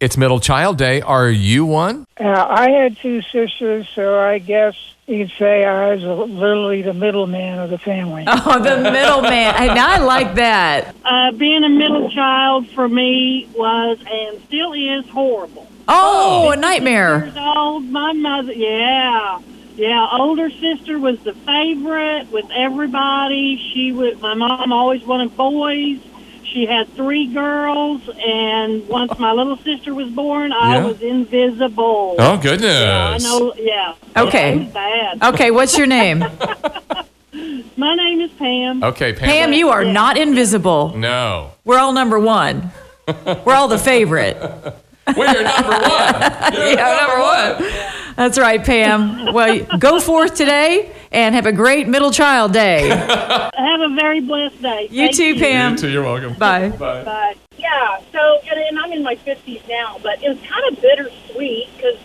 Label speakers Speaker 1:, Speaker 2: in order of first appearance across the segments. Speaker 1: It's Middle Child Day. Are you one?
Speaker 2: Uh, I had two sisters, so I guess you could say I was a, literally the middleman of the family.
Speaker 3: Oh, the middleman. I, now I like that.
Speaker 4: Uh, being a middle child for me was and still is horrible.
Speaker 3: Oh, a nightmare.
Speaker 4: Years old, my mother, yeah, yeah. Older sister was the favorite with everybody. She would. My mom always wanted boys. She had three girls, and once my little sister was born, I
Speaker 1: Yeah.
Speaker 4: was invisible.
Speaker 1: Oh, goodness.
Speaker 4: Yeah, I know. Yeah.
Speaker 3: Okay.
Speaker 4: Yeah, it was bad.
Speaker 3: Okay, what's your name?
Speaker 4: My name is Pam.
Speaker 1: Okay, Pam.
Speaker 3: Pam, you are not invisible.
Speaker 1: No.
Speaker 3: We're all number one. We're all the favorite.
Speaker 1: We're number one.
Speaker 3: yeah, number one. That's right, Pam. Well, go forth today and have a great middle child day.
Speaker 4: Have a very blessed day.
Speaker 3: You
Speaker 4: Thank
Speaker 3: too, Pam.
Speaker 1: You too. You're welcome.
Speaker 3: Bye.
Speaker 1: Bye.
Speaker 4: But yeah, so and, and I'm in my 50s now, but it was kind of bittersweet because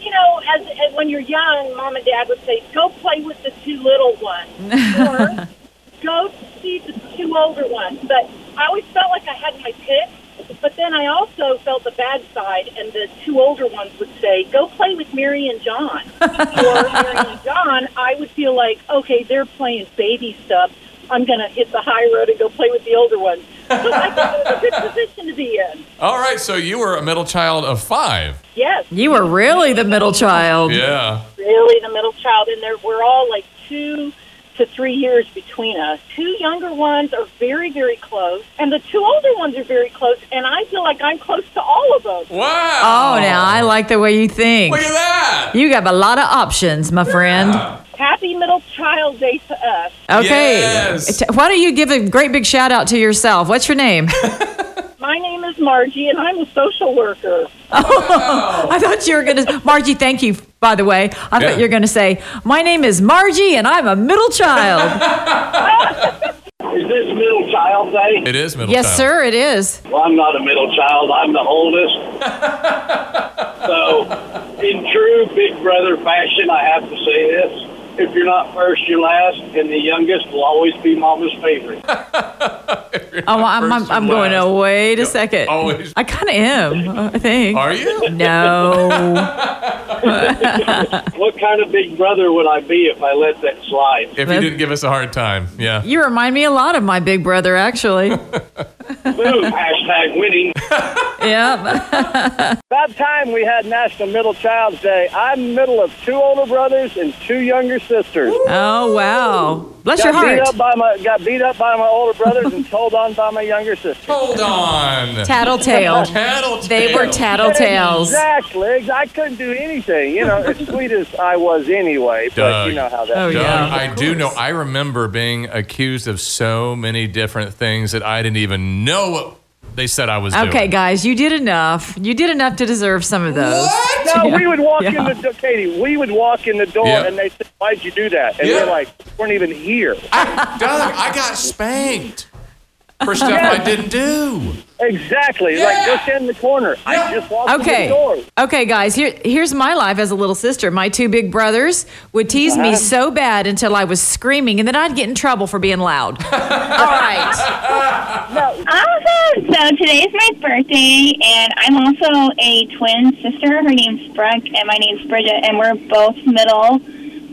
Speaker 4: you know, as, as when you're young, mom and dad would say, "Go play with the two little ones," or "Go see the two older ones." But I always felt like I had my pick. But then I also felt the bad side, and the two older ones would say, "Go play with Mary and John." or Mary and John, I would feel like, okay, they're playing baby stuff. I'm gonna hit the high road and go play with the older ones. So I think it was a good position to be in.
Speaker 1: All right, so you were a middle child of five.
Speaker 4: Yes,
Speaker 3: You were really the middle child.
Speaker 1: Yeah.
Speaker 4: really, the middle child in there. We're all like two to three years between us. Two younger ones are very, very close, and the two older ones are very close. And I feel like I'm close to all of them.
Speaker 1: Wow.
Speaker 3: Oh, now I like the way you think.
Speaker 1: Look at that.
Speaker 3: You got a lot of options, my friend.
Speaker 4: Happy Middle Child Day to us.
Speaker 3: Okay.
Speaker 1: Yes.
Speaker 3: T- Why don't you give a great big shout out to yourself? What's your name?
Speaker 4: My name is Margie, and I'm a social worker.
Speaker 3: I thought you were going to, Margie, thank you, by the way. I
Speaker 1: Yeah.
Speaker 3: thought you were going to say, My name is Margie and I'm a middle child.
Speaker 5: Is this middle child day?
Speaker 1: It is middle
Speaker 3: yes,
Speaker 1: child.
Speaker 3: sir, it is.
Speaker 5: Well, I'm not a middle child. I'm the oldest. so, in true big brother fashion, I have to say this. If you're not first, you're last, and the youngest will always be mama's favorite.
Speaker 3: Oh, I'm, I'm,
Speaker 1: first or
Speaker 3: I'm going,
Speaker 1: last.
Speaker 3: oh, wait a second.
Speaker 1: always-
Speaker 3: I kind of am, I think.
Speaker 1: Are you?
Speaker 3: No.
Speaker 5: what kind of big brother would I be if I let that slide?
Speaker 1: If you didn't give us a hard time. Yeah.
Speaker 3: you remind me a lot of my big brother, actually.
Speaker 5: Boom! Hashtag winning.
Speaker 3: yeah.
Speaker 6: About time we had National Middle Child's Day. I'm middle of two older brothers and two younger sisters.
Speaker 3: Oh, wow. Bless your
Speaker 6: Got beat
Speaker 3: heart.
Speaker 6: up by my got beat up by my older brothers and told on by my younger sister.
Speaker 1: Hold on.
Speaker 3: Tattletale.
Speaker 1: Tattletale.
Speaker 3: They were tattletales.
Speaker 6: Exactly. I couldn't do anything. You know, as sweet as I was anyway, but
Speaker 1: Doug.
Speaker 6: you know how
Speaker 3: Oh,
Speaker 6: that.
Speaker 1: Doug,
Speaker 3: yeah.
Speaker 1: I do know. I remember being accused of so many different things that I didn't even know what they said I was
Speaker 3: Okay,
Speaker 1: doing.
Speaker 3: guys, you did enough. You did enough to deserve some of those.
Speaker 6: No, we would walk
Speaker 3: Yeah.
Speaker 6: in the do- Katie. We would walk in the door,
Speaker 1: Yeah.
Speaker 6: and they said, "Why'd you do that?" And
Speaker 1: Yeah.
Speaker 6: we're like, "We "Weren't even here."
Speaker 1: Doug, I got spanked for stuff I didn't do.
Speaker 6: Exactly.
Speaker 1: Yeah.
Speaker 6: Like just in the corner. I just walked in the door.
Speaker 3: Okay. Okay, guys, here, here's my life as a little sister. My two big brothers would tease
Speaker 7: Uh-huh.
Speaker 3: me so bad until I was screaming, and then I'd get in trouble for being loud. All right.
Speaker 7: Also, so today is my birthday, and I'm also a twin sister. Her name's Brooke, and my name's Bridget, and we're both middle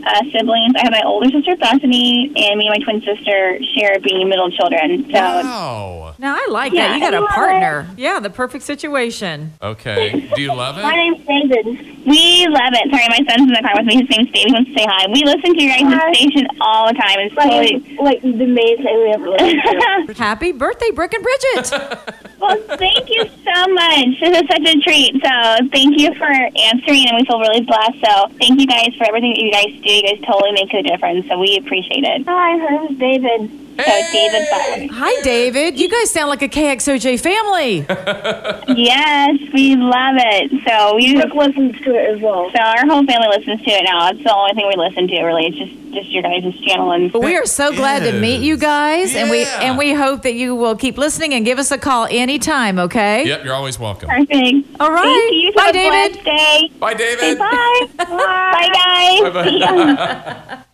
Speaker 7: uh, siblings. I have my older sister Bethany, and me and my twin sister share being middle children. So
Speaker 1: Wow.
Speaker 3: Now, I like
Speaker 7: Yeah,
Speaker 3: that. You got
Speaker 7: I
Speaker 3: a
Speaker 7: love
Speaker 3: partner. Yeah, the perfect situation.
Speaker 1: Okay. Do you love
Speaker 7: My
Speaker 1: it?
Speaker 7: name's David. We love it. Sorry, my son's in the car with me. His name's David. He wants to say hi. We listen to your guys' station all the time. It's totally...
Speaker 8: like the main thing we ever listened to.
Speaker 3: Happy birthday, Brooke and Bridget.
Speaker 7: well, thank you so much. This is such a treat. So thank you for answering, and we feel really blessed. So thank you guys for everything that you guys do. You guys totally make a difference, so we appreciate it.
Speaker 8: Hi, her name's David.
Speaker 7: So David Butler.
Speaker 3: Hi, David. You guys sound like a KXOJ family.
Speaker 7: Yes, we love it. So we
Speaker 8: Brooke listens to it as well.
Speaker 7: so our whole family listens to it now. It's the only thing we listen to really. It's just just your guys' channel and
Speaker 3: But we are so glad to meet you
Speaker 1: is.
Speaker 3: guys, and we
Speaker 1: Yeah.
Speaker 3: and we hope that you will keep listening and give us a call anytime. Okay.
Speaker 1: Yep. You're always welcome.
Speaker 7: perfect.
Speaker 3: All right.
Speaker 7: Thank you.
Speaker 3: Bye,
Speaker 7: Have a
Speaker 3: David.
Speaker 7: blessed day.
Speaker 1: Bye, David.
Speaker 7: Bye. Bye guys.
Speaker 1: Bye-bye.